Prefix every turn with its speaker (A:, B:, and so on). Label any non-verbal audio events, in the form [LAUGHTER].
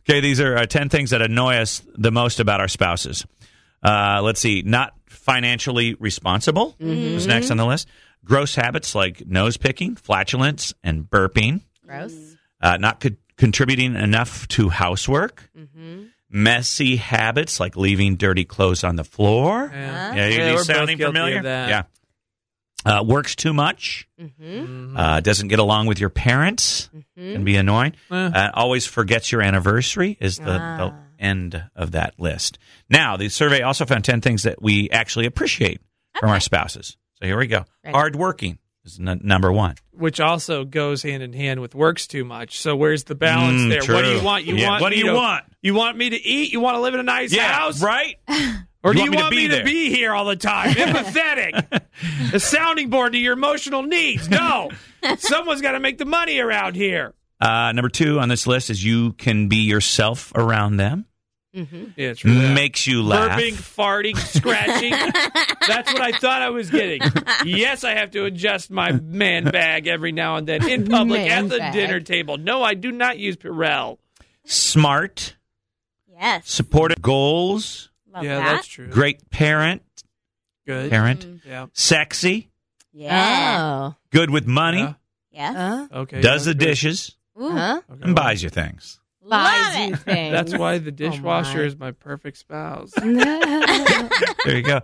A: Okay, these are uh, 10 things that annoy us the most about our spouses. Uh, let's see, not financially responsible was next on the list. Gross habits like nose picking, flatulence, and burping.
B: Gross.
A: Uh, not co- contributing enough to housework.
B: Mm-hmm.
A: Messy habits like leaving dirty clothes on the floor.
B: Huh?
A: Yeah, you
C: Yeah, we're both
A: sounding
C: guilty of
A: familiar?
C: that.
A: Yeah. Uh, works too much.
B: Mm-hmm.
A: Uh, doesn't get along with your parents. Can be annoying.
C: Eh.
A: Uh, always forgets your anniversary is the,
B: Ah.
A: the end of that list. Now, the survey also found 10 things that we actually appreciate from our spouses. So here we go.
B: Right.
A: Hardworking is n- number one.
C: which also goes hand in hand with works too much. So where's the balance
A: Mm,
C: there? What do
A: true.
C: you want? You
A: Yeah.
C: want
A: What do
C: me
A: you
C: to-
A: want?
C: You want me to eat? You want to live in a nice house?
A: right?
C: Or do
A: You
C: you want me, to, be,
A: there?
C: here all the
A: [LAUGHS]
C: time? Empathetic. a sounding board to your emotional needs.
B: [LAUGHS]
C: No. Someone's got to make the money around here.
A: Uh, number two on this list is you can be yourself around them.
D: Mm-hmm.
C: Yeah, true. that.
A: Makes you laugh.
C: Burping,
B: [LAUGHS]
C: farting, scratching. That's what I thought I was getting. Yes, I have to adjust my man bag every now and then in public
B: Man
C: at the
B: bag.
C: dinner table. No, I do not use Pirel.
A: Smart.
B: Yes.
A: Supportive goals.
B: Love
C: yeah,
B: that.
C: that's true.
A: Great parent.
C: Good.
A: Parent.
C: Yeah.
A: Sexy.
B: Yeah.
D: Oh.
A: Good with money.
C: Yeah.
D: Yes.
C: Okay.
A: does the
C: that's good.
A: dishes.
B: Huh?
C: Okay,
A: And
C: well,
A: buys you things.
D: Buys
B: Love
D: you
B: it.
D: things.
B: Oh
C: That's why the dishwasher [LAUGHS]
D: my. [LAUGHS]
C: is my perfect spouse.
A: There you go.